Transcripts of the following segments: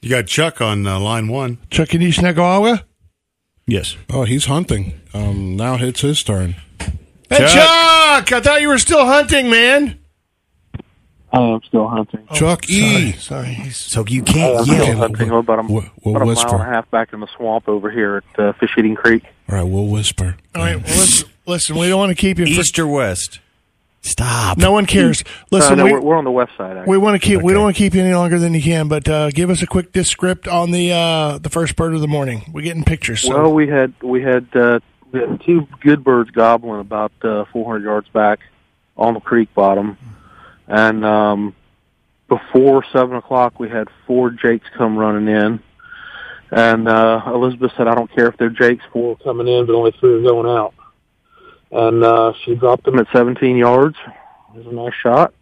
You got Chuck on uh, line one. Chuck E. in East Nagawa? Yes. Oh, he's hunting. Um, now it's his turn. Hey, Chuck. I thought you were still hunting, man. I am still hunting. Chuck E. Sorry. He's- So you can't I'm still yell. hunting. I'm about a, We'll, we'll about a mile whisper. and a half back in the swamp over here at uh, Fish Eating Creek. All right, we'll whisper. All right. Well, listen, listen, we don't want to keep you. For, East or west? Stop. no one cares. Uh, Listen, no, we, we're, we're on the west side. Actually. we want to keep. We don't want to keep you any longer than you can. But uh, give us a quick descript on the uh, the first bird of the morning. We're getting pictures. So. Well, we had we had, uh, we had two good birds gobbling about uh, 400 yards back on the creek bottom, and um, before seven o'clock, we had four jakes come running in, and uh, Elizabeth said, "I don't care if they're jakes, four are coming in, but only three are going out." And uh, she dropped them at 17 yards. It was a nice shot,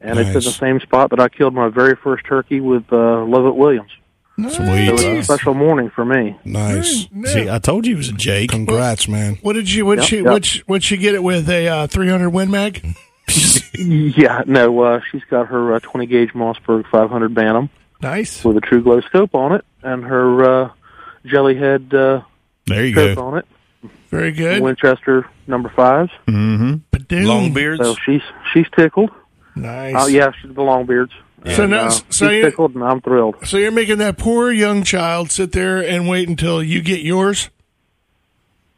and it's in Nice. the same spot that I killed my very first turkey with uh, Lovett Williams. It was a Nice. special morning for me. Nice. See, I told you it was a Jake. Congrats, man. What did you? What Yep, she? yep. What she, what she get it with a uh, 300 Win Mag? Yeah, no, uh, she's got her uh, 20 gauge Mossberg 500 Bantam Nice. with a True Glow scope on it, and her uh, Jellyhead uh, There you scope go. on it, Very good. Winchester number fives. Padoon. Long beards. So she's she's tickled. Nice. Oh yeah, she's the Longbeards. So And, now- uh, so you- she's tickled, and I'm thrilled. So you're making that poor young child sit there and wait until you get yours.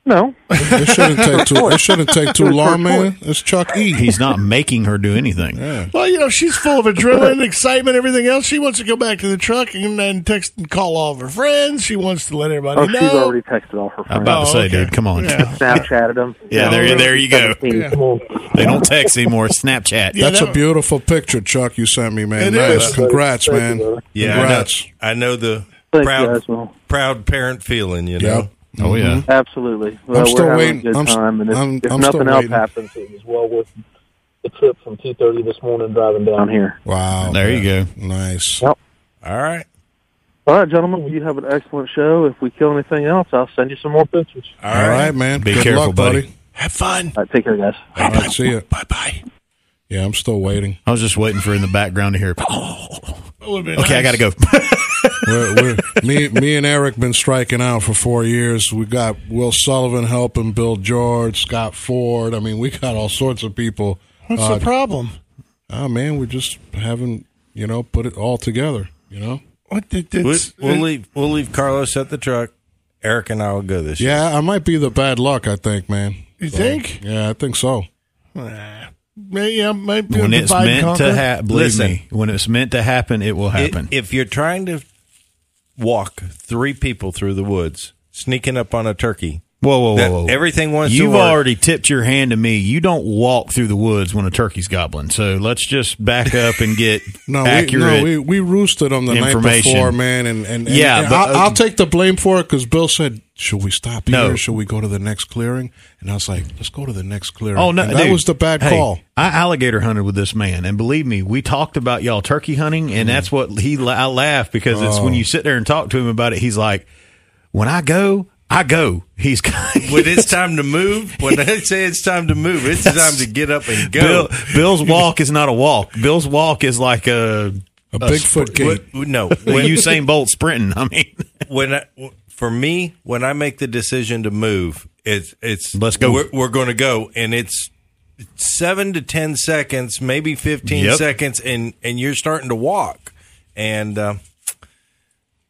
No, It shouldn't take too. It shouldn't take too long, man. It's Chuck E. He's not making her do anything. Well, you know, she's full of adrenaline, excitement, everything else. She wants to go back to the truck and, and text and call all of her friends. She wants to let everybody oh, know. she's already texted all her I'm friends. about to say, okay. dude, come on. Yeah. Yeah, Snapchatted them. there, there you go. Yeah. Come on. They don't text anymore. It's Snapchat. Yeah, That's that- a beautiful picture, Chuck. You sent me, man. It nice. is. Congrats, Thank you, man. brother. Yeah, I know, Congrats. I know the Thank you proud guys. Well, proud parent feeling. You know, Yep. Oh Mm-hmm. yeah. absolutely. Well, we're still having waiting. a good I'm s- time, and if, I'm- if I'm still nothing else waiting. happens, it was well worth the trip from 2:30 this morning driving down here. Wow. There you go. Nice. all right, All right, gentlemen, well, you have an excellent show. If we kill anything else, I'll send you some more pictures. all All right. right, man. Be Good careful, luck, buddy. buddy. Have fun. All right, take care, guys. All right, see you. Bye bye. Yeah, I'm still waiting. I was just waiting for in the background to hear. Oh, Okay, okay, I gotta go. we're, we're, me, me and Eric been striking out for four years. We got Will Sullivan helping, Bill George, Scott Ford. I mean, we got all sorts of people. What's Uh, the problem? Oh man, we just haven't, you know, put it all together. You know. What did We, it's, we'll leave. We'll leave Carlos at the truck. Eric and I will go this. year. Yeah, I might be the bad luck. I think, man. you think? Yeah, I think so. Ah, may- yeah, might be when a it's divide and meant to conquer. happen, believe Listen. me. When it's meant to happen, it will I- happen. if you're trying to walk three people through the woods, sneaking up on a turkey, whoa, whoa, whoa, that- whoa! everything wants to You've work. already tipped your hand to me. You don't walk through the woods when a turkey's gobbling. So let's just back up and get No, we, accurate. no, we we roosted them the night information. before, man, and and, and- Yeah, and but, I'll, uh, I'll take the blame for it because Bill said, "Should we stop No. here? Should we go to the next clearing?" And I was like, "Let's go to the next clearing." Oh no, And that dude. was the bad Hey, call. I alligator hunted with this man, and believe me, we talked about y'all turkey hunting, and that's what he. la- I laugh because it's Oh. when you sit there and talk to him about it. He's like, "When I go, I go." He's when it's time to move, when I say it's time to move, it's time to get up and go. Bill, Bill's walk is not a walk. Bill's walk is like a, A Bigfoot gate. What- no, a when, Usain Bolt sprinting. I mean, when I, for me, when I make the decision to move, it's it's Let's go. We're, we're going to go, and it's seven to ten seconds, maybe fifteen Yep. seconds, and and you're starting to walk, and uh,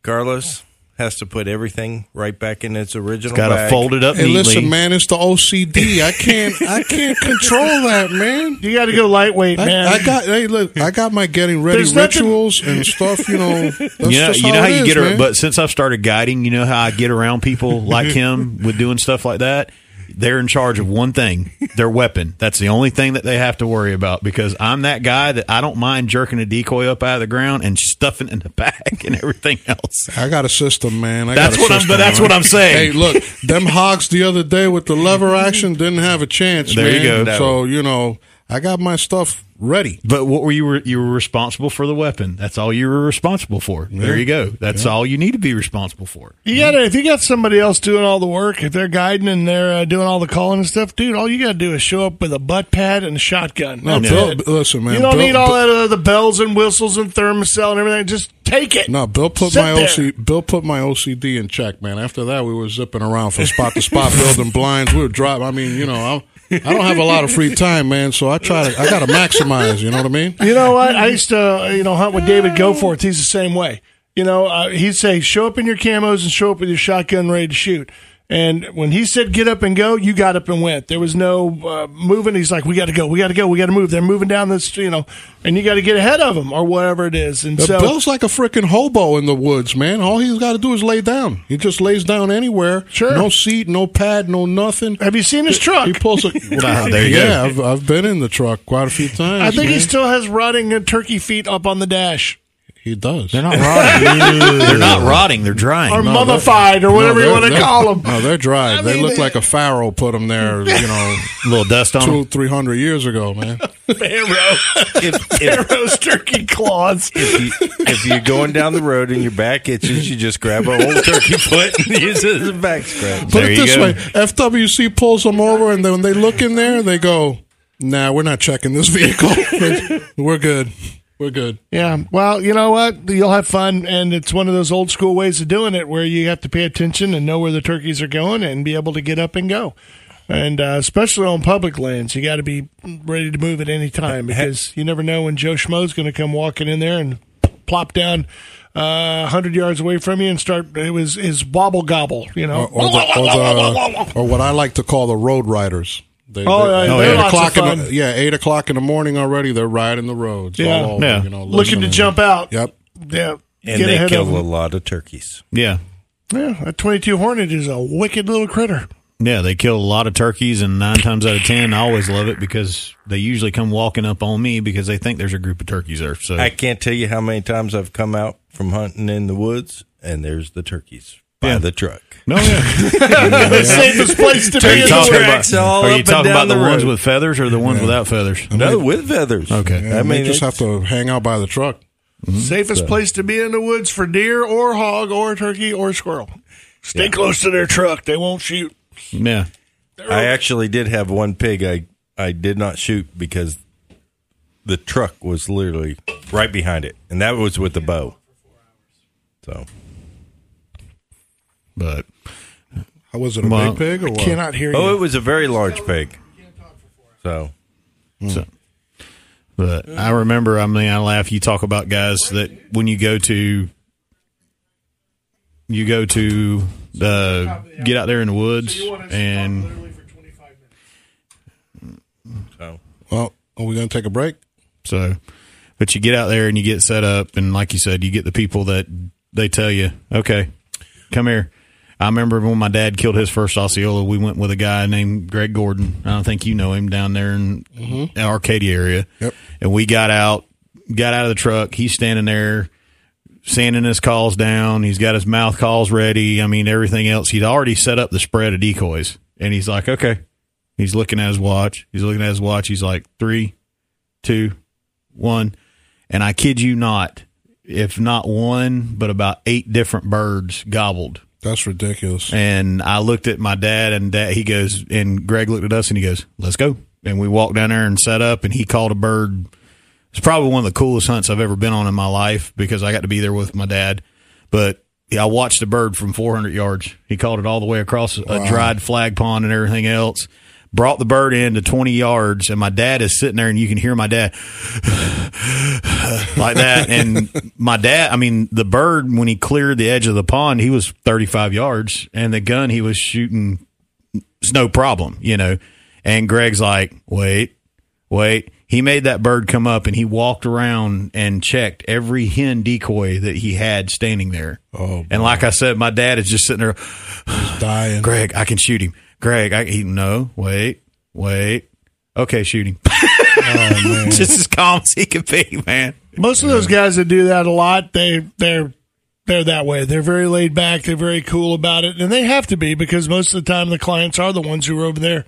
Carlos has to put everything right back in its original. got to bag. fold it up Hey, neatly. listen, man, it's the OCD. I can't, I can't control that, man. You got to go lightweight, I, man. I got, hey, look, I got my getting ready There's nothing- rituals and stuff. You know, that's you know, just you know how, it you is, get around, man. but since I've started guiding, you know how I get around people like him with doing stuff like that. They're in charge of one thing, their weapon. That's the only thing that they have to worry about because I'm that guy that I don't mind jerking a decoy up out of the ground and stuffing it in the back and everything else. I got a system, man. I That's got a what I'm- system, but that's man. what I'm saying. Hey, look, them hogs the other day with the lever action didn't have a chance. There you man. go. So you know, I got my stuff ready. But what were you were you were responsible for the weapon? That's all you were responsible for. There you go. That's all you need to be responsible for. You got to if you got somebody else doing all the work, if they're guiding and they're uh, doing all the calling and stuff, dude, all you got to do is show up with a butt pad and a shotgun. No, That's Bill, it. listen, man. you don't Bill- need all that other bells and whistles and thermocell and everything. Just take it. No, Bill put Sit my there. OC, Bill put my OCD in check, man. After that, we were zipping around from spot to spot, building blinds. We were driving. I mean, you know, I'm, I don't have a lot of free time, man. So I try to. I got to maximize. You know what I mean? You know what? I used to, uh, you know, hunt with David Goforth. He's the same way. You know, uh, he'd say, "Show up in your camos and show up with your shotgun ready to shoot." And when he said, "Get up and go," you got up and went. There was no uh, moving. He's like, "We got to go. We got to go. We got to move." They're moving down this, you know, and you got to get ahead of them or whatever it is. And But so, Bill's like a freaking hobo in the woods, man. All he's got to do is lay down. He just lays down anywhere. Sure. No seat, no pad, no nothing. have you seen his He truck? pulls a. Ah, there you yeah, I've, I've been in the truck quite a few times. I think man. he still has rotting and turkey feet up on the dash, he does. They're not rotting. they're not rotting. They're or drying. mummified, or whatever you they're- want to they're- call them. No, they're dry. I they mean, look they- like a pharaoh put them there, you know, a little dust on two, them. three hundred years ago, man. If, if, Those turkey claws. if, you, if you're going down the road and your back itches, you just grab an old turkey foot and use it as a back scratch. Put There it you this go. way: FWC pulls them over, and then when they look in there, they go, "Nah, we're not checking this vehicle. we're good. We're good." Yeah. Well, you know what? You'll have fun, and it's one of those old school ways of doing it where you have to pay attention and know where the turkeys are going and be able to get up and go. And uh, especially on public lands, you got to be ready to move at any time because you never know when Joe Schmo's going to come walking in there and plop down uh, 100 yards away from you and start it was his wobble gobble, you know. Or, or, the, or, the, or what I like to call the road riders. They, Oh, yeah, they're eight lots of o'clock in the, fun. yeah, eight o'clock in the morning already. They're riding the roads. Yeah. all over, Yeah. You know, Looking to listening. jump out. Yep. Yeah. And Get they ahead kill of them. a lot of turkeys. Yeah, Yeah, a 22 Hornet is a wicked little critter. yeah. They kill a lot of turkeys, and nine times out of ten, I always love it because they usually come walking up on me because they think there's a group of turkeys there. So I can't tell you how many times I've come out from hunting in the woods and there's the turkeys by Yeah. the truck. no, yeah. the safest place to be in the Talking world. about- tracks all are up you and talking down about the, the ones road. with feathers or the ones without feathers? No, with feathers. Okay. Yeah, I they mean, just have to hang out by the truck. Safest place to be in the woods for deer or hog or turkey or squirrel. Stay close to their truck. They won't shoot. Yeah. I actually did have one pig I, I did not shoot because the truck was literally right behind it. And that was with the bow. So But How was it? A Well, big pig or what? Cannot hear you. Oh, it was a very large pig. So So, but I remember, I mean, I laugh. You talk about guys that when you go to, you go to uh, get out there in the woods and so Well, are we going to take a break? so, but you get out there and you get set up. And like you said, you get the people that they tell you, okay, come here. I remember when my dad killed his first Osceola, we went with a guy named Greg Gordon. I don't think you know him down there in the Arcadia area. Yep. And we got out, got out of the truck. He's standing there sanding his calls down. He's got his mouth calls ready. I mean, everything else. He'd already set up the spread of decoys. And he's like, okay. He's looking at his watch. He's looking at his watch. He's like, three, two, one. And I kid you not, if not one, but about eight different birds gobbled. That's ridiculous. And I looked at my dad, and dad, he goes, and Greg looked at us, and he goes, "Let's go." And we walked down there and set up, and he called a bird. It's probably one of the coolest hunts I've ever been on in my life because I got to be there with my dad. But yeah, I watched a bird from 400 yards. He called it all the way across a dried flag pond and everything else. Brought the bird in to 20 yards, and my dad is sitting there, and you can hear my dad like that. And my dad, I mean, the bird, when he cleared the edge of the pond, he was 35 yards, and the gun he was shooting is no problem, you know. And Greg's like, wait, wait. He made that bird come up and he walked around and checked every hen decoy that he had standing there. Oh, and like I said, my dad is just sitting there, Dying. Greg, I can shoot him. Greg, I he, no, wait, wait. Okay, shoot him. just as calm as he could be, man. Most of those guys that do that a lot, they they're they're that way. They're very laid back. They're very cool about it, and they have to be because most of the time the clients are the ones who are over there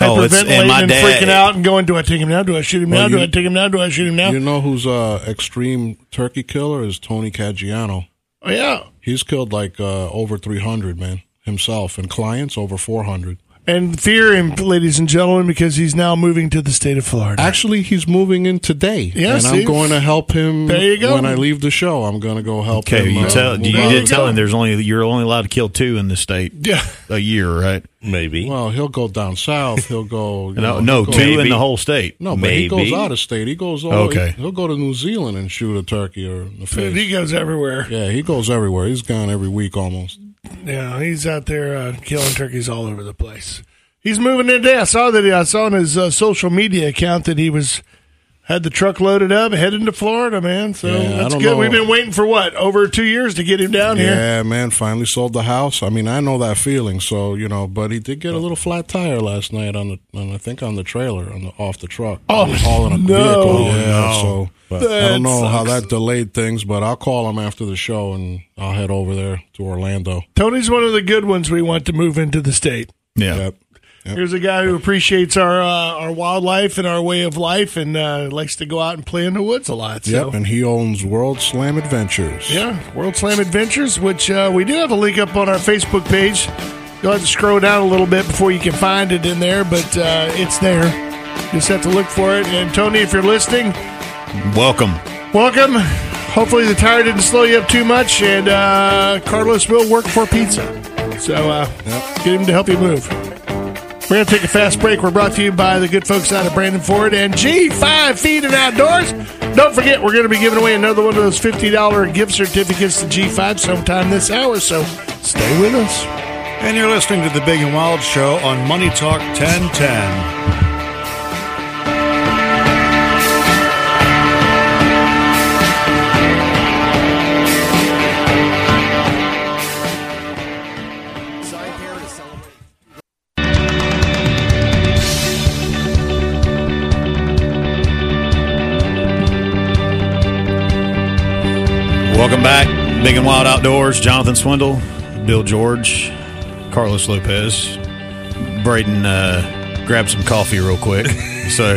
Oh, it's- hyperventilating and my and dad- freaking out and going, "Do I take him now? Do I shoot him now? Well, Do you- I take him now? Do I shoot him now?" You know who's uh extreme turkey killer is Tony Caggiano. oh, yeah. He's killed like uh, over 300, man, himself, and clients over 400. And fear him, ladies and gentlemen, because he's now moving to the state of Florida. Actually, he's moving in today. Yeah, and see? I'm going to help him There you go. when I leave the show. I'm going to go help Okay, him. you uh, tell move you on. did tell him there's only you're only allowed to kill two in this state yeah. a year, right? Maybe. Well, he'll go down south. He'll go. you know, No, no, he'll go- two in the whole state. No, but he goes Maybe. out of state. He goes. All, Okay. He'll go to New Zealand and shoot a turkey or the Dude, fish. he goes everywhere. Yeah, he goes everywhere. He's gone every week almost. Yeah, he's out there uh, killing turkeys all over the place. He's moving in today. I saw that. He, I saw on his uh, social media account that he was had the truck loaded up, heading to Florida, man. So Yeah, I that's don't good. know. We've been waiting for what over two years to get him down here. Yeah, man, finally sold the house. I mean, I know that feeling. So you know, but he did get a little flat tire last night on the, on, I think on the trailer on the off the truck. Oh, He was hauling a no. vehicle. Oh, Yeah, so I That don't know how sucks. that delayed things, but I'll call him after the show and I'll head over there to Orlando. Tony's one of the good ones we want to move into the state. Yeah. Yep. Yep. Here's a guy who appreciates our uh, our wildlife and our way of life, and uh, likes to go out and play in the woods a lot. So. Yep, and he owns World Slam Adventures. Yeah, World Slam Adventures, which uh, we do have a link up on our Facebook page. You'll have to scroll down a little bit before you can find it in there, but uh, it's there. Just have to look for it. And Tony, if you're listening, Welcome. welcome. Hopefully the tire didn't slow you up too much, and uh, Carlos will work for pizza. So uh, get him to help you move. We're going to take a fast break. We're brought to you by the good folks out of Brandon Ford and G5 Feed and Outdoors. Don't forget, we're going to be giving away another one of those $50 gift certificates to G5 sometime this hour, so stay with us. And you're listening to the Big and Wild Show on Money Talk 1010. Welcome back. Big and Wild Outdoors. Jonathan Swindle, Bill George, Carlos Lopez. Braden uh, grabbed some coffee real quick. So,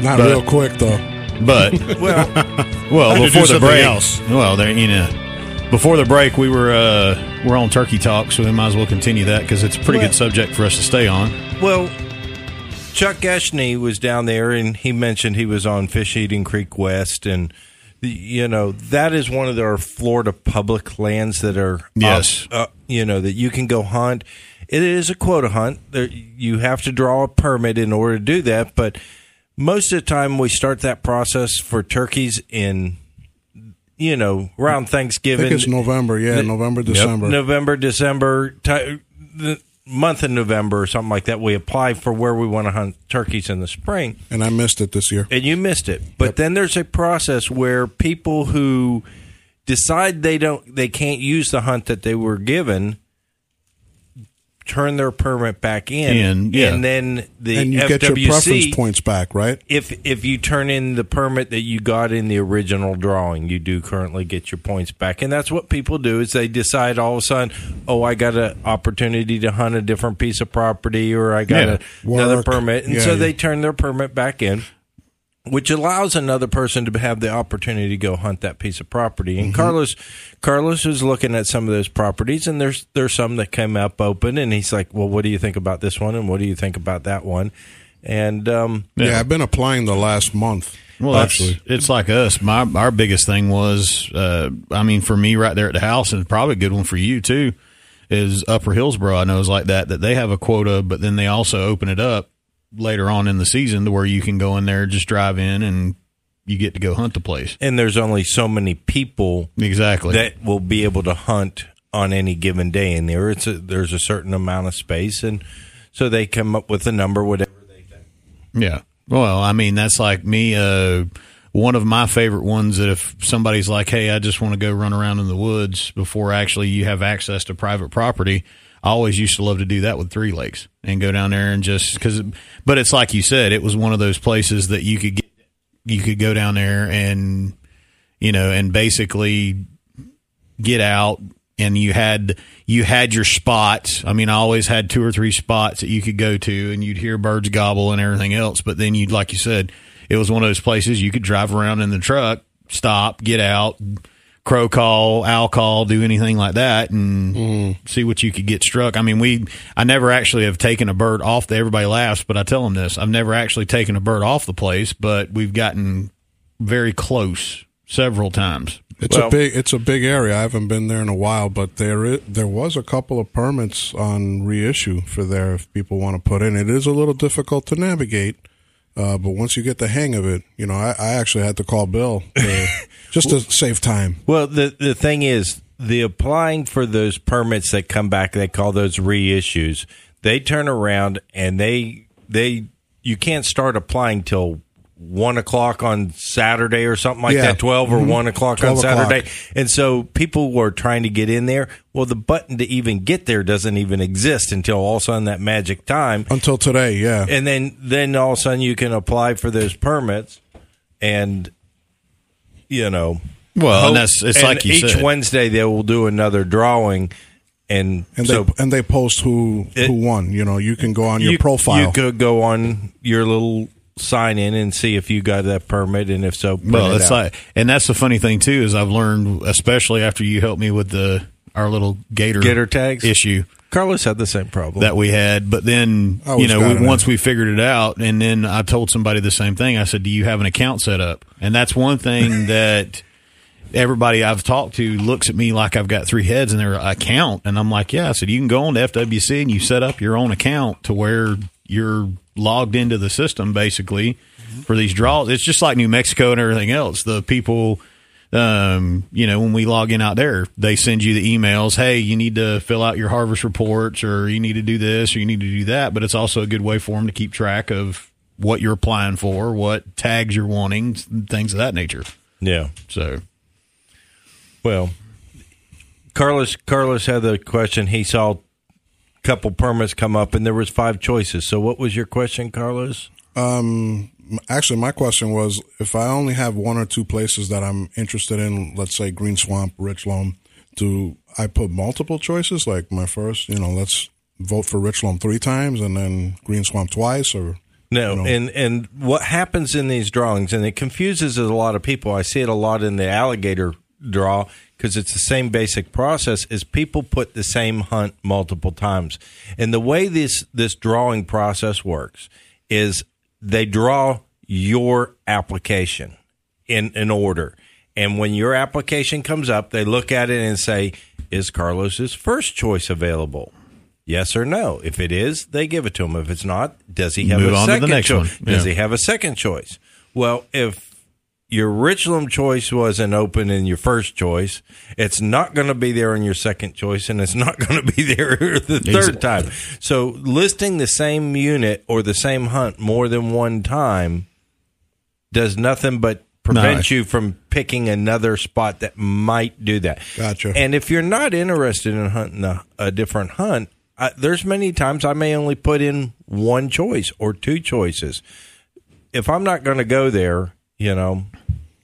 Not But- real quick though. but Well, well, do before the something break, else. well, there you know, before the break, we were uh, we're on turkey talk, so we might as well continue that because it's a pretty Well- good subject for us to stay on. well, Chuck Gashney was down there, and he mentioned he was on Fish Eating Creek West, and the, you know that is one of our Florida public lands that are up- Yes. uh, you know that you can go hunt. It is a quota hunt. There, you have to draw a permit in order to do that, but most of the time we start that process for turkeys in you know around I think Thanksgiving. it's November. Yeah, November, December. November, December, ti the month of November or something like that. We apply for where we want to hunt turkeys in the spring, And I missed it this year. and you missed it. But then there's a process where people who decide they don't, they can't use the hunt that they were given. Turn their permit back in, In, yeah. and then the And you FWC get your preference points back, right? if if you turn in the permit that you got in the original drawing, you do currently get your points back, and that's what people do is they decide all of a sudden, oh, I got an opportunity to hunt a different piece of property, or I got Yeah. a, another Work. permit, and Yeah, so yeah. they turn their permit back in, which allows another person to have the opportunity to go hunt that piece of property. Mm-hmm. And Carlos, Carlos is looking at some of those properties, and there's there's some that came up open, and he's like, well, what do you think about this one, and what do you think about that one, and um, Yeah. I've been applying the last month. Well, actually, actually, it's like us. My our biggest thing was, uh, I mean, for me right there at the house, and probably a good one for you too, is Upper Hillsboro. I know is like that that they have a quota, but then they also open it up later on in the season to where you can go in there, just drive in, and you get to go hunt the place. and there's only so many people Exactly. that will be able to hunt on any given day in there. It's a, there's a certain amount of space, and so they come up with a number, whatever. Yeah. Well, I mean, that's like me. Uh, one of my favorite ones that if somebody's like, "Hey, I just want to go run around in the woods," before actually you have access to private property, I always used to love to do that with Three Lakes and go down there and just because. But it's like you said, it was one of those places that you could get, you could go down there and you know, and basically get out, and you had you had your spots. I mean, I always had two or three spots that you could go to, and you'd hear birds gobble and everything else. But then you'd, like you said, it was one of those places you could drive around in the truck, stop, get out, crow call, owl call, do anything like that, and see what you could get struck. I mean, we I never actually have taken a bird off. The, everybody laughs, but I tell them this: I've never actually taken a bird off the place, but we've gotten very close several times. It's Well- a big it's a big area. I haven't been there in a while, but there i there was a couple of permits on reissue for there if people want to put in. It is a little difficult to navigate, uh, but once you get the hang of it, you know, I, I actually had to call Bill to, just to save time. Well, the the thing is, the applying for those permits that come back, they call those reissues. They turn around and they they you can't start applying till one o'clock on Saturday or something like Yeah. that, twelve or one o'clock 12 on o'clock. Saturday. And so people were trying to get in there. Well, the button to even get there doesn't even exist until all of a sudden that magic time Until today, yeah. and then then all of a sudden you can apply for those permits and you know Well, and that's- it's like you Oh, each said. wednesday they will do another drawing and, and so they and they post who It- who won. You know, you can go on your you, profile. you could go on your little sign in and see if you got that permit and if so print Well, it it's out. like, and that's the funny thing too is I've learned, especially after you helped me with the our little gator Gator tags? issue carlos had the same problem that we had. But then I you was know bad at we, it. once we figured it out, and then I told somebody the same thing. I said, "Do you have an account set up?" And that's one thing that everybody I've talked to looks at me like I've got three heads in their account, and I'm like, "Yeah." I said, "You can go on to FWC and you set up your own account to where you're logged into the system basically for these draws. It's just like New Mexico and everything else. The people." um, you know, when we log in out there, they send you the emails. Hey, you need to fill out your harvest reports, or you need to do this, or you need to do that. But it's also a good way for them to keep track of what you're applying for, what tags you're wanting, things of that nature. yeah So, Well, Carlos Carlos had the question. He saw a couple permits come up, and there was five choices. So, what was your question, Carlos? Um, actually, my question was if I only have one or two places that I'm interested in, let's say Green Swamp, Rich Loam, do I put multiple choices? Like my first, you know, let's vote for Rich Loam three times and then Green Swamp twice, or No, No. and and what happens in these drawings, and it confuses a lot of people. I see it a lot in the alligator draw because it's the same basic process. Is people put the same hunt multiple times, and the way this this drawing process works is they draw your application in in order, and when your application comes up, they look at it and say, "Is Carlos's first choice available?" Yes or no. If it is, they give it to him. If it's not, does he have Move a on to the second next choice? one. Does Yeah. he have a second choice? Well, if your Richland choice wasn't open in your first choice, it's not going to be there in your second choice, and it's not going to be there the third time. So listing the same unit or the same hunt more than one time does nothing but prevent you from picking another spot that might do that. Gotcha. And if you're not interested in hunting a, a different hunt, I, there's many times I may only put in one choice or two choices. If I'm not going to go there, you know,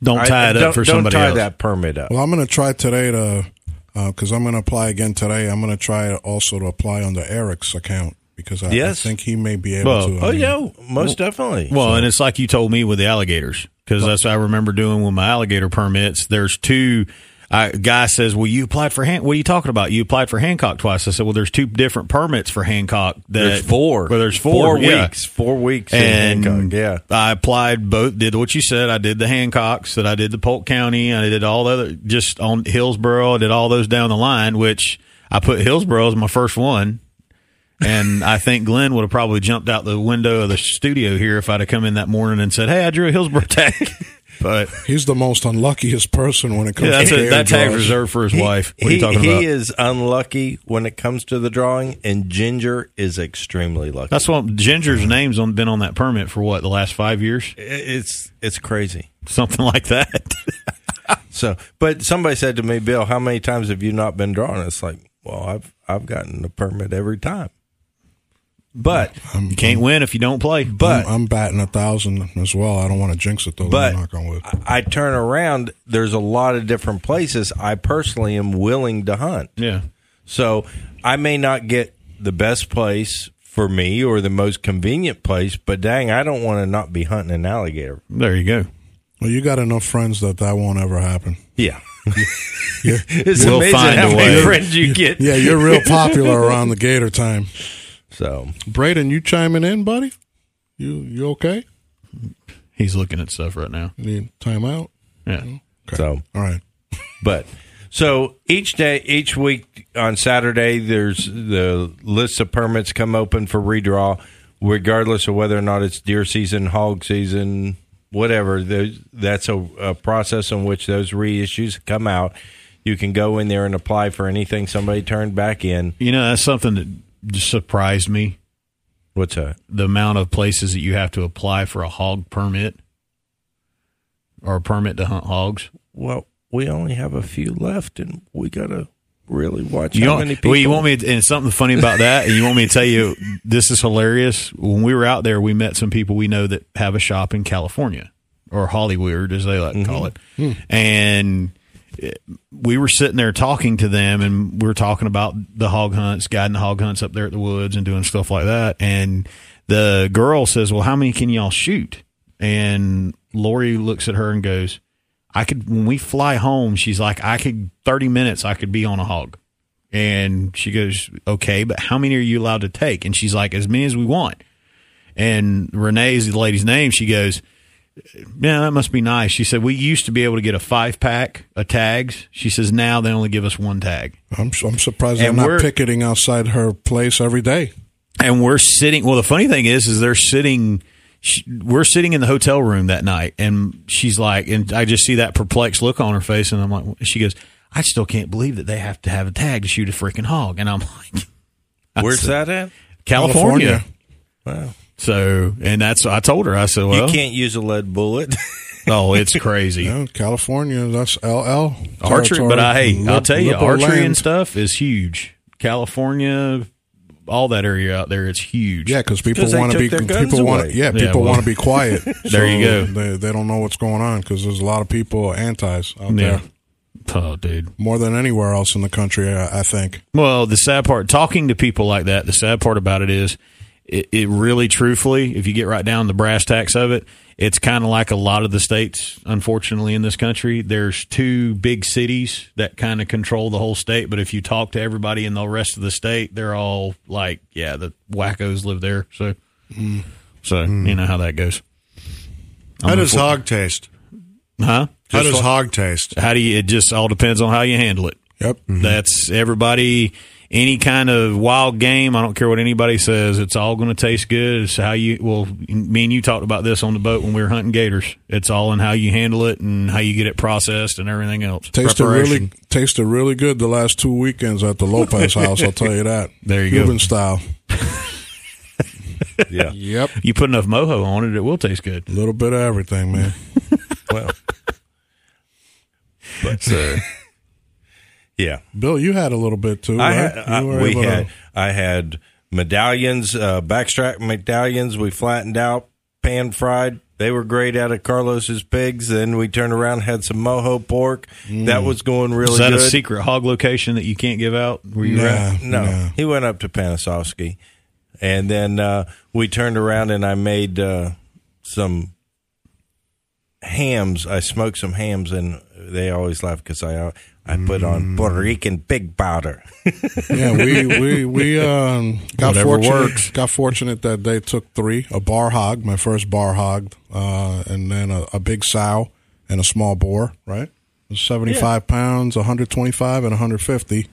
don't I- tie it up don't- for don't somebody tie else. that permit up. well, I'm going to try today to because I'm going to apply again today. I'm going to try also to apply on the Eric's account because I, I Yes. think he may be able Well, to. I oh mean, yeah, most definitely. Well, and it's like you told me with the alligators, because that's what I remember doing with my alligator permits. There's two. I, guy says, "Well, you applied for Han- what are you talking about? You applied for Hancock twice." I said, "Well, there's two different permits for Hancock. That, there's four. uh, Well, there's four, yeah. weeks. Four weeks And in Hancock. Yeah. I applied both. Did what you said. I did the Hancocks. That I did the Polk County. I did all the other just on Hillsboro. I did all those down the line. Which I put Hillsboro as my first one. And I think Glenn would have probably jumped out the window of the studio here if I'd have come in that morning and said, "Hey, I drew a Hillsboro tag." but he's the most unluckiest person when it comes yeah, that's to a, air that tag's draws. reserved for his He- wife. What are you he- talking he about? is unlucky when it comes to the drawing, and Ginger is extremely lucky. That's what Ginger's name's on, been on that permit for what the last five years, I- it's it's crazy. something like that. So, but somebody said to me, Bill, how many times have you not been drawn? It's like, well, I've I've gotten a permit every time. But You can't win if you don't play. Um, but I'm, I'm batting a thousand as well. I don't want to jinx it though. but knock on wood. I- I turn around. There's a lot of different places I personally am willing to hunt. yeah, So I may not get the best place for me or the most convenient place, but dang, I don't want to not be hunting an alligator. there you go. Well, you got enough friends that that won't ever happen. Yeah. Yeah, It's We'll amazing find how a many way. friends you get. yeah, you're real popular around the Gator time. So Braden, you chiming in, buddy? You you okay? He's looking at stuff right now. Need time out? Yeah, so All right. but so each day each week on Saturday there's the list of permits come open for redraw, regardless of whether or not it's deer season, hog season, whatever. Those- That's a, a process in which those reissues come out. You can go in there and apply for anything somebody turned back in. you know that's something that just surprised me. What's that? The amount of places that you have to apply for a hog permit or a permit to hunt hogs. Well, we only have a few left, and we gotta really watch You how don't, many people. Well, you want me, to, and something funny about that, and you want me to tell you this is hilarious. When we were out there, we met some people we know that have a shop in California or Hollywood, as they like Mm-hmm. to call it, Hmm. and it- we were sitting there talking to them, and we were talking about the hog hunts, guiding the hog hunts up there at the woods, and doing stuff like that. And the girl says, "Well, how many can y'all shoot?" And Lori looks at her and goes. I could when we fly home, she's like, I could thirty minutes I could be on a hog. And she goes, Okay, but how many are you allowed to take? And she's like, As many as we want. And Renee's the lady's name, she goes, Yeah, that must be nice. She said, We used to be able to get a five pack of tags. She says, Now they only give us one tag. I'm I'm surprised And I'm we're- not picketing outside her place every day. and we're sitting well the funny thing is is they're sitting sh we're sitting in the hotel room that night and she's like and i just see that perplexed look on her face and i'm like she goes i still can't believe that they have to have a tag to shoot a freaking hog and i'm like Where's that at? california, California. Wow. so and that's i told her i said well you can't use a lead bullet. oh it's crazy Yeah, California. That's LL archery but i hey i'll Lip- tell you lip of archery and land. stuff is huge california all that area out there it's huge Yeah, because people 'Cause they want to took be their guns people want away. yeah Yeah, people well. want to be quiet. There So you go. They, they don't know what's going on because there's a lot of people antis out yeah there oh dude more than anywhere else in the country. I, I think. Well, the sad part, talking to people like that, the sad part about it is, it, it really, truthfully, if you get right down to the brass tacks of it, it's kind of like a lot of the states, unfortunately, in this country. There's two big cities that kind of control the whole state, but if you talk to everybody in the rest of the state, they're all like, yeah, the wackos live there. So, so you know how that goes. Mm. How does hog taste? Huh? How does hog taste? How do you? It just all depends on how you handle it. Yep. Mm-hmm. That's everybody. Any kind of wild game, I don't care what anybody says. It's all going to taste good. It's how you. Well, me and you talked about this on the boat when we were hunting gators. It's all in how you handle it and how you get it processed and everything else. Tasted Preparation. really tasted really good the last two weekends at the Lopez house. I'll tell you that. There you go. Cuban style. yeah. Yep. You put enough mojo on it, it will taste good. A little bit of everything, man. Well. But uh, yeah, Bill, you had a little bit too. I right? had, I, You were we able to- had I had medallions, uh, backstrap medallions. We flattened out, pan fried. They were great out of Carlos's pigs. Then we turned around, had some mojo pork. That was going really Is that good. a secret hog location that you can't give out? Were you at? Nah, No, nah. he went up to Panasovsky, and then uh, we turned around and I made uh, some hams. I smoked some hams, and they always laugh because I uh, I put Mm. on Puerto Rican pig powder. Yeah, we we we um, got Whatever fortunate. works. Got fortunate that they took three: a bar hog, my first bar hog, uh, and then a, a big sow and a small boar. Right, seventy-five pounds, one hundred twenty-five, and one hundred fifty.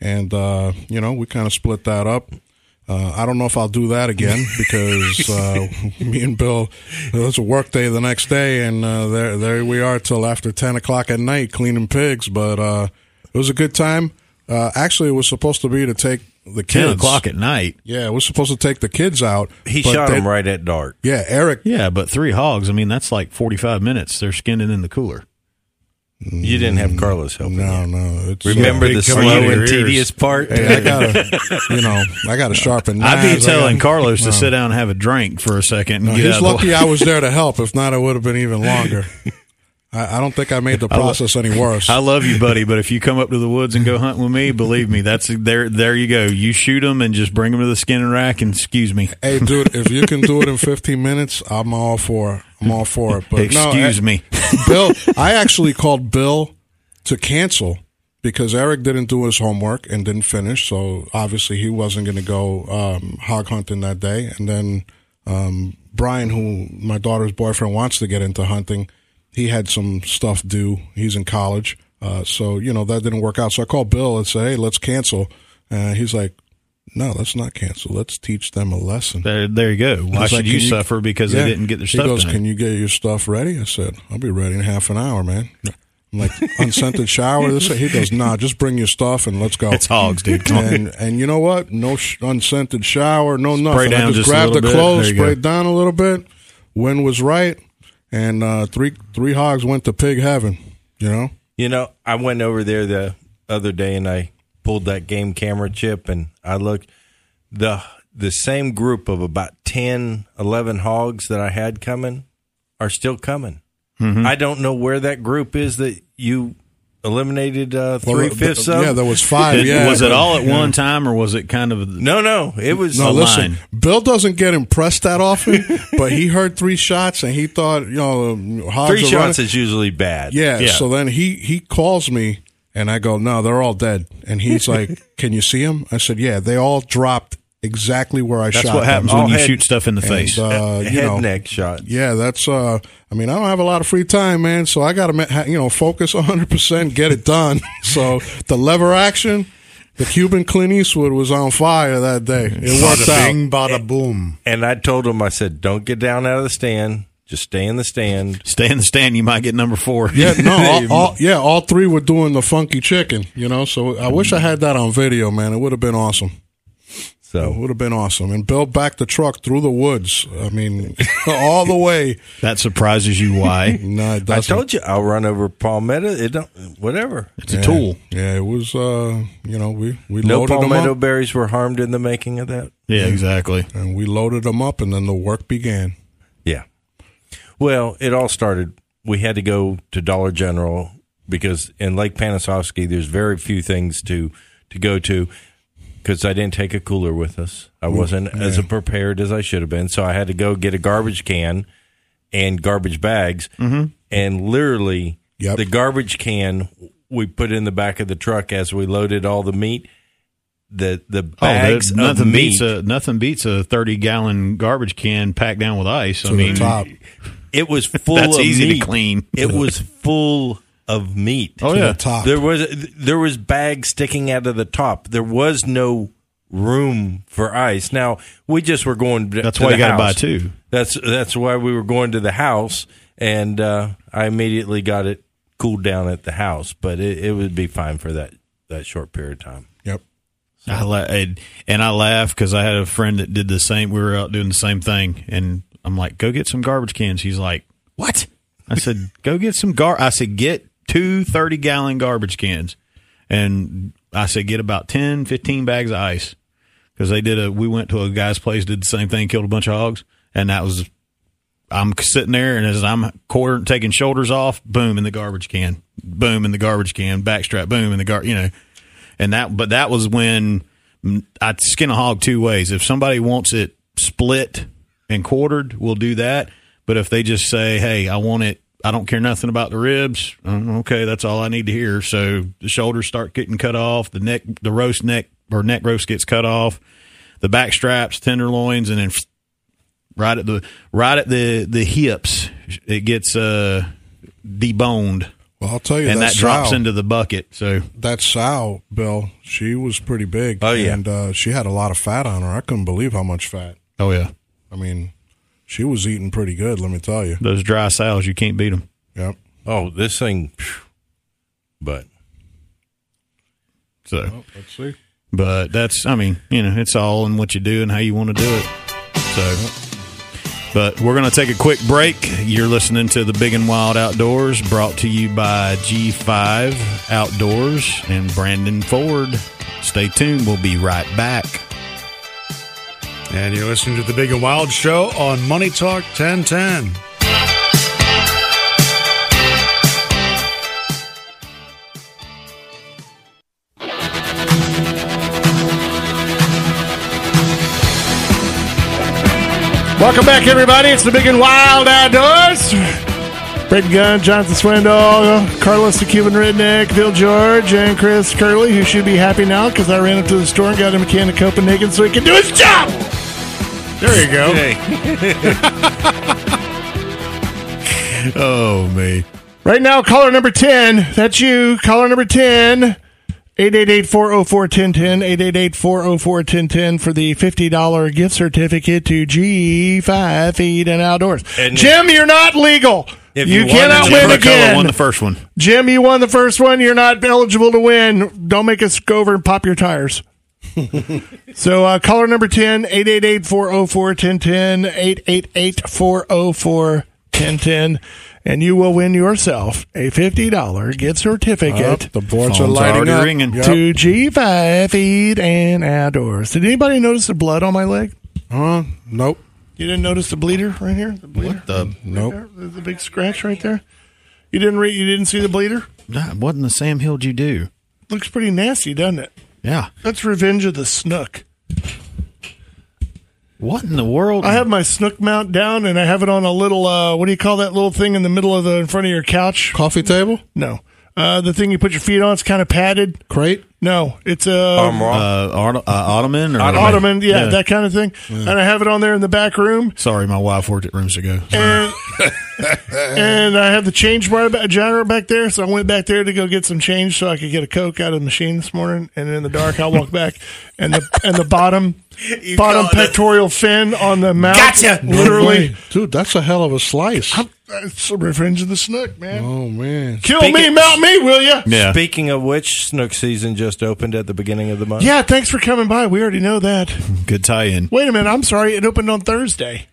And uh, you know, we kind of split that up. Uh, I don't know if I'll do that again because uh, me and Bill, it was a work day the next day, and uh, there there we are till after ten o'clock at night cleaning pigs. But uh, it was a good time. Uh, actually, it was supposed to be to take the kids. Ten o'clock at night. Yeah, it was supposed to take the kids out. He but shot they- him right at dark. Yeah, Eric. Yeah, but three hogs. I mean, that's like forty-five minutes. They're skinning in the cooler. You didn't have Carlos helping. No, no. It's, Remember uh, the big slow computer. and ears. tedious part? Hey, I gotta, you know, I gotta sharpen. I'd be knives, I telling gotta- Carlos to Wow. sit down and have a drink for a second. And No, get Oh, out he's of the way. lucky I was there to help. If not, it would have been even longer. I, I don't think I made the process any worse. I love you, buddy, but if you come up to the woods and go hunting with me, believe me, that's there. There you go. You shoot them and just bring them to the skin and rack, and excuse me, hey, dude, if you can do it in 15 minutes, I'm all for it. I'm all for it. But excuse no, eh, me. Bill, I actually called Bill to cancel because Eric didn't do his homework and didn't finish. So obviously he wasn't going to go um, hog hunting that day. And then um, Brian, who my daughter's boyfriend wants to get into hunting, he had some stuff due. He's in college. Uh, so, you know, that didn't work out. So I called Bill and said, hey, let's cancel. And he's like, no, let's not cancel. Let's teach them a lesson. There, there you go. Why He's should like, you, "Can you- suffer because Yeah. they didn't get their stuff He goes, done? "Can you get your stuff ready?" I said, "I'll be ready in half an hour, man." I'm like unscented shower. This he goes, "Nah, just bring your stuff and let's go." it's hogs, dude. Come on. and and you know what? No sh- unscented shower, no nothing. down I just, just a grabbed the little bit. clothes, There you go. sprayed down a little bit. Wind was right, and uh, three three hogs went to pig heaven. You know, You know, I went over there the other day and I pulled that game camera chip and I looked the the same group of about 10, 11 hogs that I had coming are still coming. Mm-hmm. I don't know where that group is that you eliminated uh, Well, three fifths th- of. Yeah, there was five. Did- Ah, yeah, was it all at Yeah. one time, or was it kind of? no, no, it was No, a listen. line. Bill doesn't get impressed that often, but he heard three shots and he thought, you know, um, hogs three are shots running. is usually bad. Yeah, Yeah. So then he he calls me and I go, no, they're all dead. And he's like, can you see them? I said, yeah, they all dropped exactly where I That's shot. what them." happens All when you head- shoot stuff in the And, face. uh, you head know, neck shot. yeah, that's. uh I mean, I don't have a lot of free time, man. So I got to, you know, focus 100, percent get it done. so the lever action, the Cuban Clint Eastwood was on fire that day. It worked Bada out. bing, Eh. bada boom. And I told him, I said, don't get down out of the stand. Just stay in the stand. Stay in the stand. You might get number four. Yeah, no, all, all, yeah, all three were doing the funky chicken, you know. So I wish I had that on video, man. It would have been awesome. It So would have been awesome. And Bill backed the truck through the woods. I mean, all the way. that surprises you. Why? No, it I doesn't. told you I'll run over Palmetto. It don't, whatever. It's a tool. Yeah, it was. uh You know, we we No loaded them palmetto up berries were harmed in the making of that. Yeah, exactly. and we loaded them up, and then the work began. Yeah. Well, it all started. We had to go to Dollar General because in Lake Panasoffsky, there's very few things to to go to because I didn't take a cooler with us. I wasn't as prepared as I should have been, so I had to go get a garbage can and garbage bags, and literally Yep. the garbage can we put in the back of the truck as we loaded all the meat. The the bags oh, there- of nothing meat. beats a nothing beats a thirty gallon garbage can packed down with ice. I To mean, the top. It was full That's of easy to meat. clean. It was full of meat. oh to yeah, the top. There was there was bags sticking out of the top. There was no room for ice. Now we just were going. to- That's to why the you gotta buy house. two. That's that's why we were going to the house, and uh, I immediately got it cooled down at the house. But it, it would be fine for that that short period of time. Yep. I la- and, and I laugh because I had a friend that did the same. We were out doing the same thing, and I'm like, "Go get some garbage cans." He's like, "What?" I said, "Go get some gar." I said, "Get two 30 gallon garbage cans," and I said, "Get about 10, 15 bags of ice," because they did a. We went to a guy's place, did the same thing, killed a bunch of hogs, and that was. I'm sitting there, and as I'm quarter taking shoulders off, boom in the garbage can, boom in the garbage can, backstrap, boom in the gar, you know and that but that was when mm, I skin a hog two ways. If somebody wants it split and quartered, we'll do that. But if they just say, "Hey, I want it," I don't care nothing about the ribs. um, Okay, that's all I need to hear. So the shoulders start getting cut off, the neck, the roast neck or neck roast gets cut off, the back straps, tenderloins, and then right at the right at the the hips, it gets uh deboned Well, I'll tell you, and that drops sow, into the bucket. So that sow, Bill. She was pretty big. Oh, yeah. and uh, she had a lot of fat on her. I couldn't believe how much fat. oh yeah, I mean, she was eating pretty good. Let me tell you. those dry sows you can't beat them. Yep. Oh, this thing, phew. but So. Let's see. But that's, I mean, you know, it's all in what you do and how you want to do it. So, But we're going to take a quick break. You're listening to the Big and Wild Outdoors, brought to you by G5 Outdoors and Brandon Ford. Stay tuned. We'll be right back. And you're listening to the Big and Wild Show on Money Talk 1010. Welcome back, everybody. It's the Big and Wild Outdoors. Brayden Gunn, Jonathan Swindoll, Carlos the Cuban Redneck, Bill George, and Chris Curley, who should be happy now because I ran up to the store and got him a can of Copenhagen so he can do his job. There you go. Oh, me. Right now, caller number 10, that's you, caller number 10. 888-404-1010, 888-404-1010 for the $50 gift certificate to G5 Feed and Outdoors. And- Jim, you're not legal. If you you won cannot the Jim win Rickola again. won the first one. Jim, you won the first one. You're not eligible to win. Don't make us go over and pop your tires. so, uh, caller number 10, 888-404-1010, 888-404-1010, and you will win yourself a $50 gift certificate Up, the boards are Phone's lighting already up. ringing. Yep. to G5 Feed and Outdoors. Did anybody notice the blood on my leg? Huh? Nope. You didn't notice the bleeder right here? The bleeder? The, Nope. There, There's a big scratch right there. You didn't re- you didn't see the bleeder? nah, wasn't the Sam Hill you do? Looks pretty nasty, doesn't it? Yeah. That's Revenge of the Snook. What in the world? I have my snook mount down and I have it on a little, uh, what do you call that little thing in the middle of the, in front of your couch? Coffee table? No. Uh, the thing you put your feet on, it's kind of padded. Crate? No, it's a Arm rock. uh, Ar- uh, Ottoman or ottoman. Yeah, that kind of thing. And I have it on there in the back room. Sorry, my wife worked at Rooms Ago. And, and I have the change bar ba- genre back there. So I went back there to go get some change so I could get a Coke out of the machine this morning. And in the dark, I walk back and the, and the bottom, bottom called it. pectoral fin on the mouth. Gotcha. Literally. Wait, dude, that's a hell of a slice. It's the revenge of the snook, man. oh man. Kill Speak me, it. mount me, will you? Yeah. Speaking of which, snook season just opened at the beginning of the month. Yeah, thanks for coming by. We already know that. Good tie in. Wait a minute, I'm sorry. It opened on Thursday.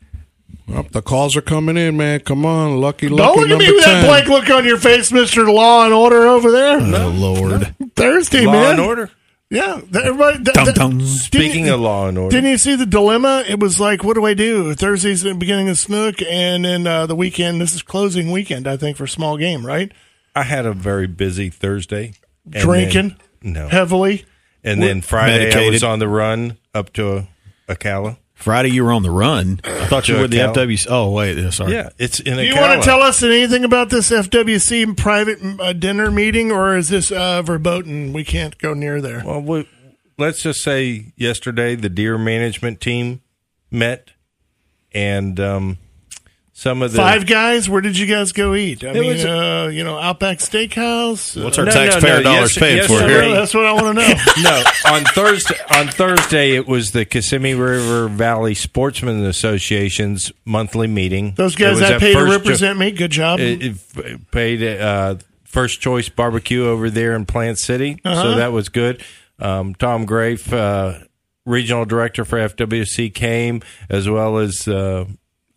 Up, the calls are coming in, man. Come on, lucky, lucky Don't Oh, look at number me with 10. that blank look on your face, Mister Law and Order over there. Oh, Lord. Thursday, Uh, Law man. and order. Yeah, th- everybody. th- Dum th- dum. didn't Speaking you- of law and order, Didn't you see the dilemma? It was like, what do I do? Thursday's the beginning of Snook, and then uh, the weekend. This is closing weekend, I think, for small game, right? I had a very busy Thursday. and then- Drinking no. heavily. And then Friday I Medicated. was on the run up to Ocala. Friday, you were on the run. I thought you To were a the cow. FWC. Oh, wait. yeah, Sorry. Yeah, it's in Do Ocala. you want to tell us anything about this FWC private uh, dinner meeting, or is this uh, verboten? We can't go near there. Well, we, let's just say yesterday the deer management team met, and um, some of the Five guys. Where did you guys go eat? I mean, was- uh, you know, Outback Steakhouse. What's our No, no, taxpayer no, dollars yes- paid yes, for sir. Well, here? Very- that's what I want to know. no on Thursday. On Thursday, it was the Kissimmee River Valley Sportsmen Association's monthly meeting. Those It guys was that at pay to First Jo- represent me. Good job. it, it f- Uh, paid uh, first choice barbecue over there in Plant City, so that was good. Um, Tom Grafe, uh, regional director for FWC, came as well as uh,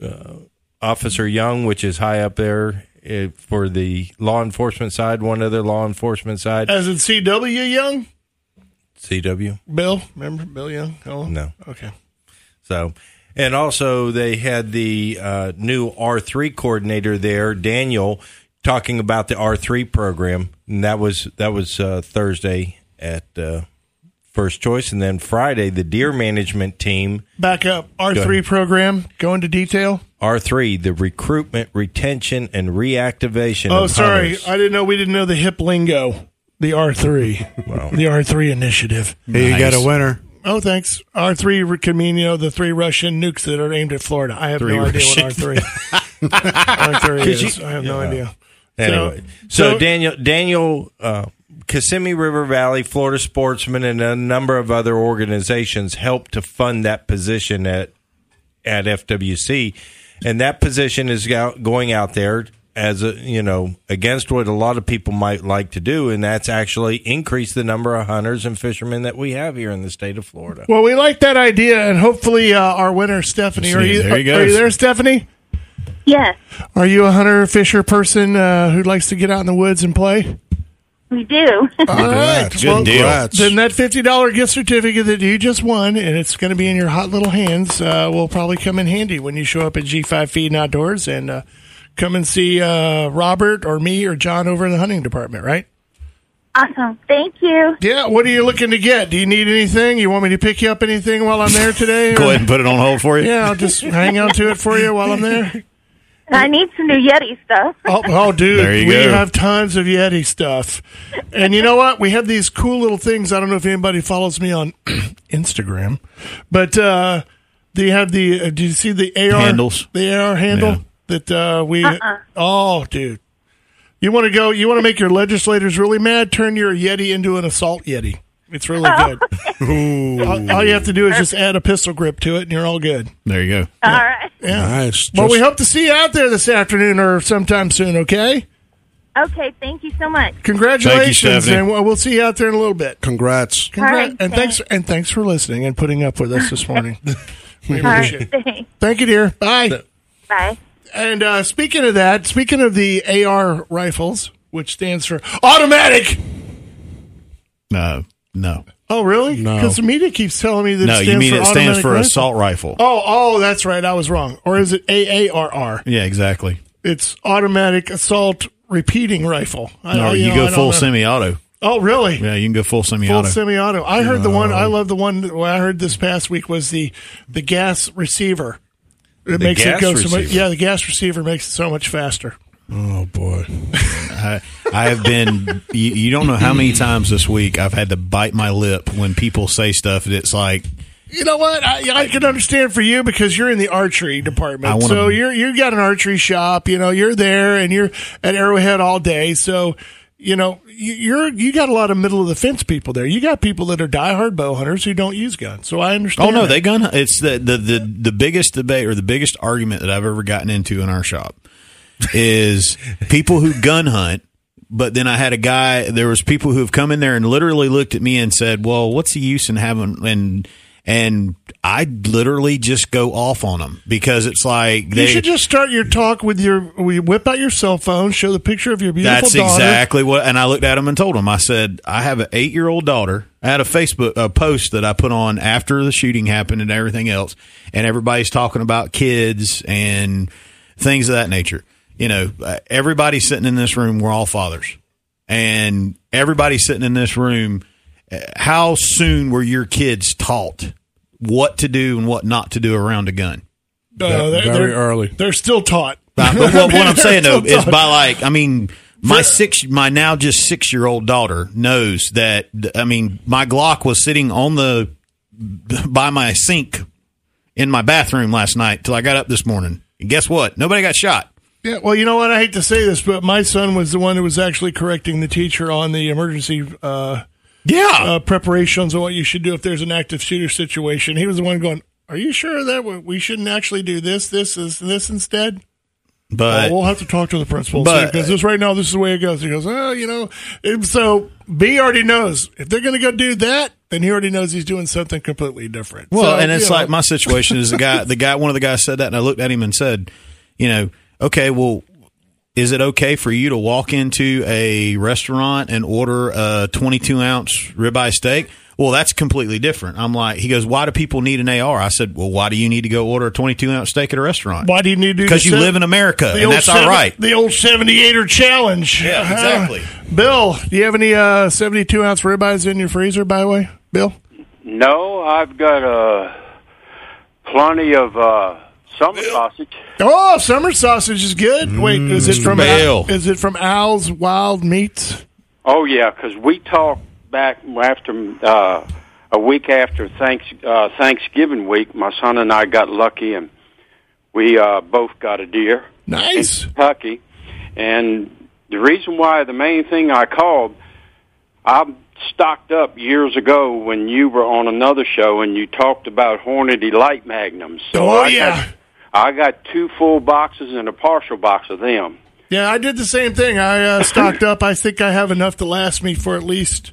uh, Officer Young, which is high up there uh, for the law enforcement side. One other law enforcement side, As in CW Young, CW. Bill. Remember Bill Young? Oh No. Okay. So, and also they had the uh, new R3 coordinator there, Daniel, talking about the R3 program, and that was that was uh, Thursday at uh, First Choice, and then Friday the deer management team Back up. R three program. Go into detail. R3, the recruitment, retention, and reactivation. Oh, of sorry. hunters. I didn't know. We didn't know the hip lingo. The R three. The R three initiative. Hey, you got a winner. Oh, thanks. R three Camino, the three Russian nukes that are aimed at Florida. I have no idea what R three. R three is. I have no idea. Anyway, So- so, Daniel Daniel uh, Kissimmee River Valley Florida Sportsmen and a number of other organizations helped to fund that position at at FWC, and that position is go- going out there as a you know against what a lot of people might like to do, and that's actually increase the number of hunters and fishermen that we have here in the state of Florida. Well, we like that idea, and hopefully, uh, our winner, Stephanie. Are See, you, there he are, are goes. you there, Stephanie? Yes, Are you a hunter fisher person uh, who likes to get out in the woods and play? we do. All right, Congrats. Good deal. Congrats. Then that fifty dollar gift certificate that you just won, and it's going to be in your hot little hands, uh, will probably come in handy when you show up at G Five Feed and Outdoors and uh, come and see uh, Robert or me or John over in the hunting department, right? awesome. Thank you. Yeah. What are you looking to get? Do you need anything? You want me to pick you up anything while I'm there today? Go Or- ahead and put it on hold for you. Yeah, I'll just hang on to it for you while I'm there. I need some new Yeti stuff. Oh, oh dude, There you we go. have tons of Yeti stuff. And you know what? We have these cool little things. I don't know if anybody follows me on Instagram, but uh, they have the. Uh, do you see the AR Handles. The AR handle Yeah. that uh, we. Oh, dude. You want to go? You want to make your legislators really mad? Turn your Yeti into an assault Yeti. It's really good. all, all you have to do is just add a pistol grip to it, and you're all good. There you go. All right. Nice. Well, we Just- hope to see you out there this afternoon or sometime soon, okay? Okay. Thank you so much. Congratulations, Stephanie. and we'll we'll see you out there in a little bit. Congrats. Congra- All right, and thanks and thanks for listening and putting up with us this morning. we All appreciate right. it. Thanks. Thank you, dear. Bye. Bye. And uh, speaking of that, speaking of the AR rifles, which stands for automatic. No, no, Oh, really? No. Because the media keeps telling me that no. it stands You mean for it stands automatic for rifle. assault rifle? Oh, oh, that's right. I was wrong. Or is it AARR? Yeah, exactly. It's automatic assault repeating rifle. I, No, I- you, know, Uh, I go don't full know. semi-auto. Oh, really? Yeah, you can go full Full semi-auto. semi-auto. I heard the one. I love the one. That, well, I heard this past week was the the gas receiver. It makes gas it go so much. receiver? Yeah, the gas receiver makes it so much faster. Oh boy. I, I have been. You, you don't know how many times this week I've had to bite my lip when people say stuff that's like, You know what? I, I can understand for you because you're in the archery department. I wanna- so you're you got an archery shop. You know you're there and you're at Arrowhead all day. So you know you- you're you got a lot of middle of the fence people there. You got people that are diehard bow hunters who don't use guns. So I understand. "Oh no, that. they gun." hunt." It's the the the the biggest debate or the biggest argument that I've ever gotten into in our shop is people who gun hunt. But then I had a guy. There was people who have come in there and literally looked at me and said, "Well, what's the use in having and." And I literally just go off on them because it's like they You should just start your talk with your we whip out your cell phone, show the picture of your beautiful That's daughter. exactly what. And I looked at him and told him, I said, I have an eight year old daughter. I had a Facebook a post that I put on after the shooting happened and everything else. And everybody's talking about kids and things of that nature. You know, uh, everybody sitting in this room, we're all fathers. And everybody sitting in this room, uh, how soon were your kids taught what to do and what not to do around a gun? No, Oh, they're, Very they're- early. They're still taught. Uh, but what, what I'm saying though They're is still by like I mean my six my now just six year old daughter knows that I mean my Glock was sitting on the by my sink in my bathroom last night till I got up this morning and guess what nobody got shot Yeah, well, you know what? I hate to say this, but my son was the one who was actually correcting the teacher on the emergency uh, yeah uh, preparations on what you should do if there's an active shooter situation. He was the one going, "Are you sure that we- we shouldn't actually do this, this, this, this instead?" but Oh, Well, we'll have to talk to the principal but- because this right now this is the way it goes. He goes, oh, you know. And so B already knows if they're going to go do that, then he already knows he's doing something completely different. So, Well, and it's you know, like my situation is the guy, the guy, one of the guys said that, and I looked at him and said, you know, okay, well, is it okay for you to walk into a restaurant and order a 22 ounce ribeye steak? Well, that's completely different. I'm like, he goes, why do people need an AR? I said, well, why do you need to go order a 22 ounce steak at a restaurant? why do you need to? do Because the you seven- live in America, the and old that's seven- all right. The old seventy-eighter challenge. Yeah, Uh-huh. exactly. Bill, do you have any uh, seventy-two ounce ribeyes in your freezer? By the way, Bill. No, I've got uh, plenty of uh, summer sausage. Oh, summer sausage is good. Wait, is it from Mm, Bill. is it from Al's Wild Meats? Oh yeah, 'cause we talked back after uh, a week after thanks, uh, Thanksgiving week. My son and I got lucky, and we uh, both got a deer Nice. in Kentucky. And the reason why, the main thing I called, I stocked up years ago when you were on another show and you talked about Hornady Light Magnums. So Oh, I yeah. got, I got two full boxes and a partial box of them. Yeah, I did the same thing. I uh, stocked up. I think I have enough to last me for at least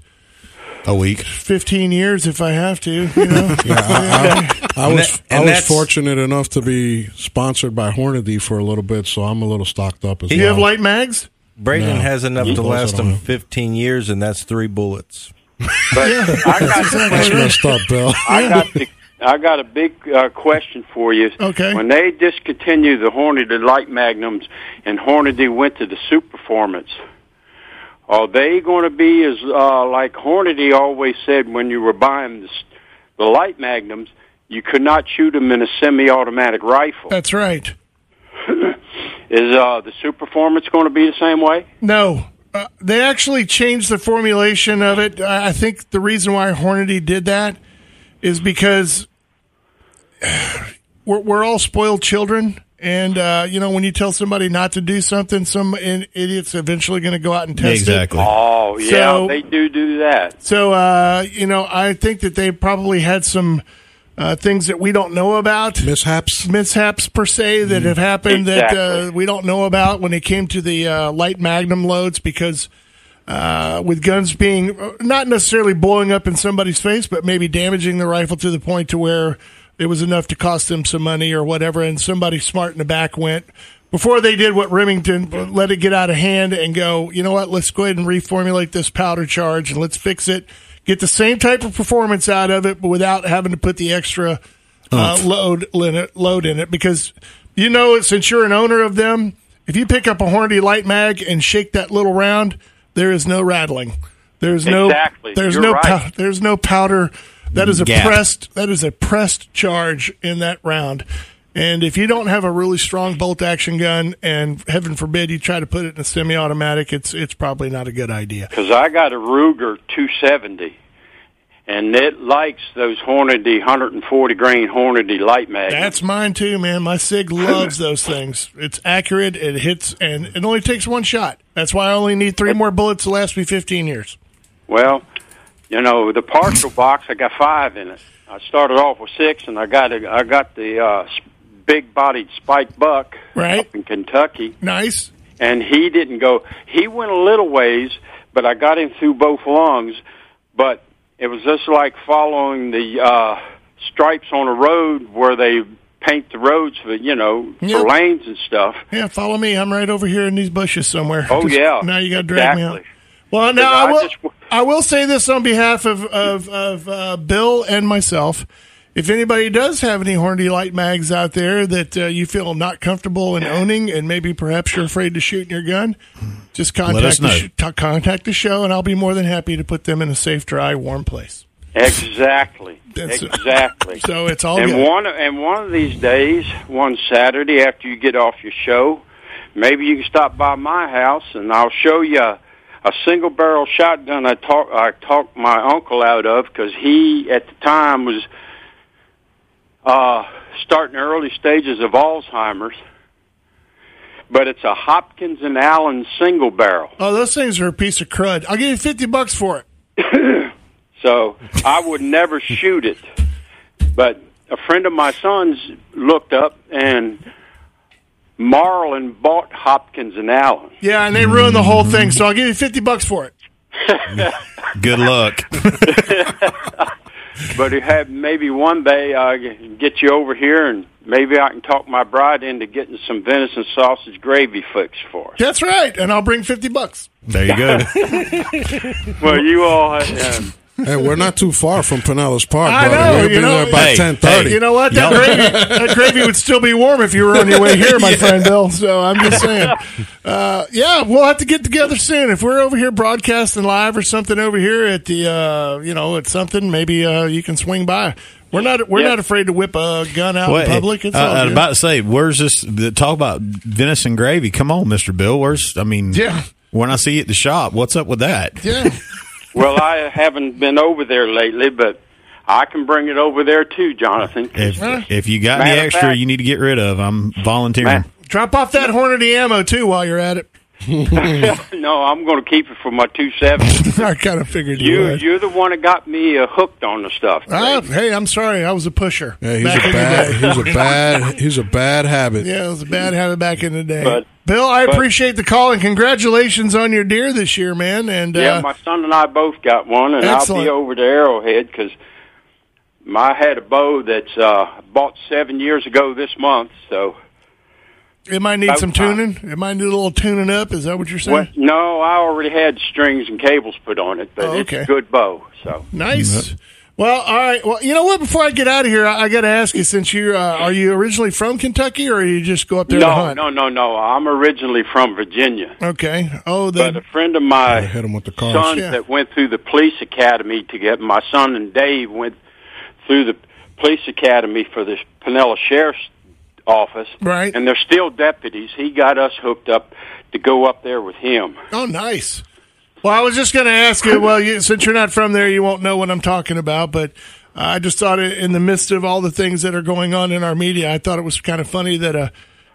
A week. 15 years if I have to. You know? I, I- I was that- and I was that's- fortunate enough to be sponsored by Hornady for a little bit, so I'm a little stocked up as Do well. you have light mags? Braden No. has enough Those to I last don't him have. 15 years, and that's three bullets. But I got the That's question- messed up, Bill. I got the, I got a big uh, question for you. Okay. When they discontinued the Hornady light magnums and Hornady went to the Superformance, are they going to be as uh, like Hornady always said when you were buying the, s- the light magnums? You could not shoot them in a semi-automatic rifle. That's right. Is uh, the Superformance going to be the same way? No. Uh, they actually changed the formulation of it. I I think the reason why Hornady did that is because we're, we're all spoiled children. And, uh, you know, when you tell somebody not to do something, some in- idiot's eventually going to go out and test it. Exactly. Oh yeah, So- they do do that. So uh, you know, I think that they probably had some uh, things that we don't know about Mishaps. mishaps per se that have happened that uh, Exactly. we don't know about when it came to the uh, light magnum loads because. Uh, with guns being uh, not necessarily blowing up in somebody's face, but maybe damaging the rifle to the point to where it was enough to cost them some money or whatever, and somebody smart in the back went before they did what Remington uh, let it get out of hand and go, you know what, let's go ahead and reformulate this powder charge and let's fix it, get the same type of performance out of it, but without having to put the extra uh, load in it, load in it because you know since you're an owner of them, if you pick up a Hornady light mag and shake that little round, there is no rattling. There's no Exactly. there's You're no right. pow- there's no powder. That is a Gap. pressed that is a pressed charge in that round. And if you don't have a really strong bolt action gun, and heaven forbid you try to put it in a semi-automatic, it's it's probably not a good idea. because I got a Ruger 270, and it likes those Hornady 140 grain Hornady light mags. That's mine too, man. My Sig loves those things. It's accurate, it hits, and it only takes one shot. That's why I only need three more bullets to last me 15 years. well, you know the partial box. I got five in it. I started off with six, and I got a, I got the uh, s- big bodied Spike Buck Right. up in Kentucky, Nice. and he didn't go. He went a little ways, but I got him through both lungs. But it was just like following the uh, stripes on a road where they paint the roads for you know Yeah. for lanes and stuff. Yeah, follow me. I'm right over here in these bushes somewhere. Oh, Just- yeah. Now you got to drag me out. Exactly. Well, now I I will. just w- I will say this on behalf of of, of uh, Bill and myself. If anybody does have any Hornady light mags out there that uh, you feel not comfortable in owning, and maybe perhaps you're afraid to shoot in your gun, just us contact the know. sh- t- contact the show, and I'll be more than happy to put them in a safe, dry, warm place. Exactly. That's- exactly. So it's all and good. one and one of these days, one Saturday after you get off your show, maybe you can stop by my house and I'll show you a, a single barrel shotgun I talk I talked my uncle out of because he at the time was uh, starting early stages of Alzheimer's. But it's a Hopkins and Allen single barrel. Oh, those things are a piece of crud. I'll give you fifty bucks for it. So I would never shoot it. But a friend of my son's looked up and Marlin bought Hopkins and Allen. Yeah, and they ruined the whole thing. So I'll give you fifty bucks for it. Good luck. But he had maybe one day I can get you over here and maybe I can talk my bride into getting some venison sausage gravy fix for us. That's right, and I'll bring fifty bucks. There you go. Well, you all, uh, Hey, we're not too far from Pinellas Park, I brother. know, we'll you be know, there by Hey, ten thirty. hey. You know what? That Y'all- gravy, that gravy would still be warm if you were on your way here, my friend Bill. So I'm just saying. Uh, yeah, we'll have to get together soon. If we're over here broadcasting live or something over here at the, uh, you know, at something, maybe uh, you can swing by. We're not we're Yeah. not afraid to whip a gun out What- in public. Uh, It's uh, I- all I was good. about to say, where's this? the- Talk about venison gravy. Come on, Mister Bill. Where's? I mean, Yeah. When I see you at the shop, what's up with that? yeah. well, I haven't been over there lately, but I can bring it over there too, Jonathan. If, if you got Matter any of extra fact- you need to get rid of, I'm volunteering. Ma- Drop off that Hornady ammo too while you're at it. no, I'm going to keep it for my two seventy. I kind of figured you, You would. you're the one that got me uh, hooked on the stuff. Ah, hey, I'm sorry. I was a pusher. Yeah, he's back a in the bad. day. He's a bad. He's a bad habit. Yeah, it was a bad habit back in the day. But- Bill, I but- appreciate the call and congratulations on your deer this year, man. And Yeah, uh, my son and I both got one, and I'll Excellent. be over to Arrowhead because I had a bow that's uh, bought seven years ago this month. So, it might need about some time. tuning. It might need a little tuning up. Is that what you're saying? well, no, I already had strings and cables put on it, but Oh, it's okay. a good bow. So, Nice. Well, all right. Well, you know what? Before I get out of here, I, I got to ask you: since you uh, are you originally from Kentucky, or you just go up there to no, hunt? no, no, no. I'm originally from Virginia, Okay. Oh, but the a friend of my I hit him with the cars. sons yeah. that went through the police academy to get my son and Dave went through the police academy for the Pinellas Sheriff's Office. Right. And they're still deputies. He got us hooked up to go up there with him. oh, nice. Well, I was just going to ask you. Well, you, since you're not from there, you won't know what I'm talking about. But uh, I just thought, it, in the midst of all the things that are going on in our media, I thought it was kind of funny that a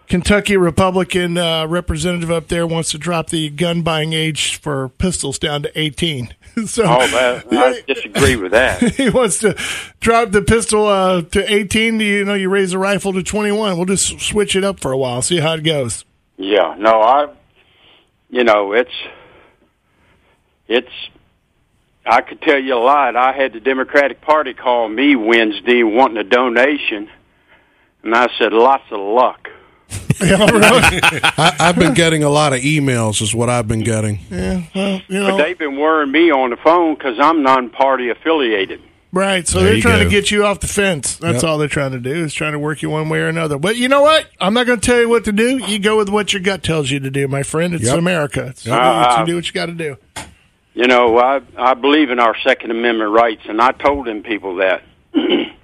Kentucky Republican uh, representative up there wants to drop the gun buying age for pistols down to 18. so Oh, that, I disagree with that. he wants to drop the pistol uh, to 18. You know, you raise the rifle to 21. We'll just switch it up for a while, see how it goes. Yeah, no, I, you know, it's, it's, I could tell you a lot. I had the Democratic Party call me Wednesday wanting a donation, and I said, lots of luck. I, I've been getting a lot of emails. Is what I've been getting. Well, you But know, they've been worrying me on the phone because I'm non-party affiliated. right. So There they're you trying to go. get you off the fence. That's all they're trying to do is trying to work you one way or another. But you know what? I'm not going to tell you what to do. You go with what your gut tells you to do, my friend. It's Yep. America. It's Uh, you do what you got to do. You know, I I believe in our Second Amendment rights, and I told them people that.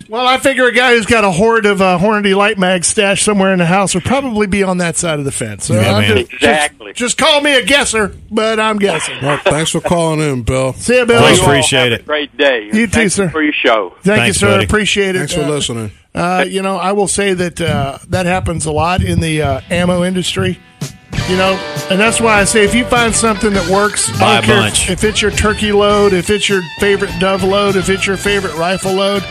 Well, I figure a guy who's got a hoard of uh, Hornady light mag stashed somewhere in the house would probably be on that side of the fence. So Yeah, I'm man. just- Exactly. just call me a guesser, but I'm guessing. Well, thanks for calling in, Bill. See you, Bill. Thanks, You all appreciate have a it. great day. and You too, thank sir. for your show. Thank Thanks, you, sir. buddy. Appreciate it. Thanks for Uh, listening. Uh, you know, I will say that uh, that happens a lot in the uh, ammo industry. You know, and that's why I say if you find something that works, I Buy don't a care bunch. If, if it's your turkey load, if it's your favorite dove load, if it's your favorite rifle load,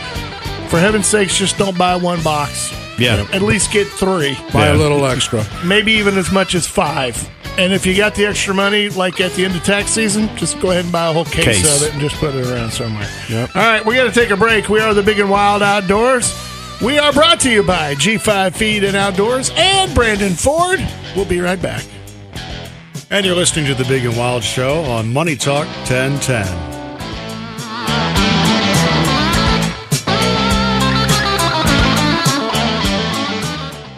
for heaven's sakes, just don't buy one box. Yeah. At least get three, Buy Yeah. a little extra. maybe even as much as five. And if you got the extra money, like at the end of tax season, just go ahead and buy a whole case, Case. of it and just put it around somewhere. Yep. All right, we got to take a break. We are the Big and Wild Outdoors. We are brought to you by G5 Feed and Outdoors and Brandon Ford. We'll be right back. And you're listening to The Big and Wild Show on Money Talk 1010.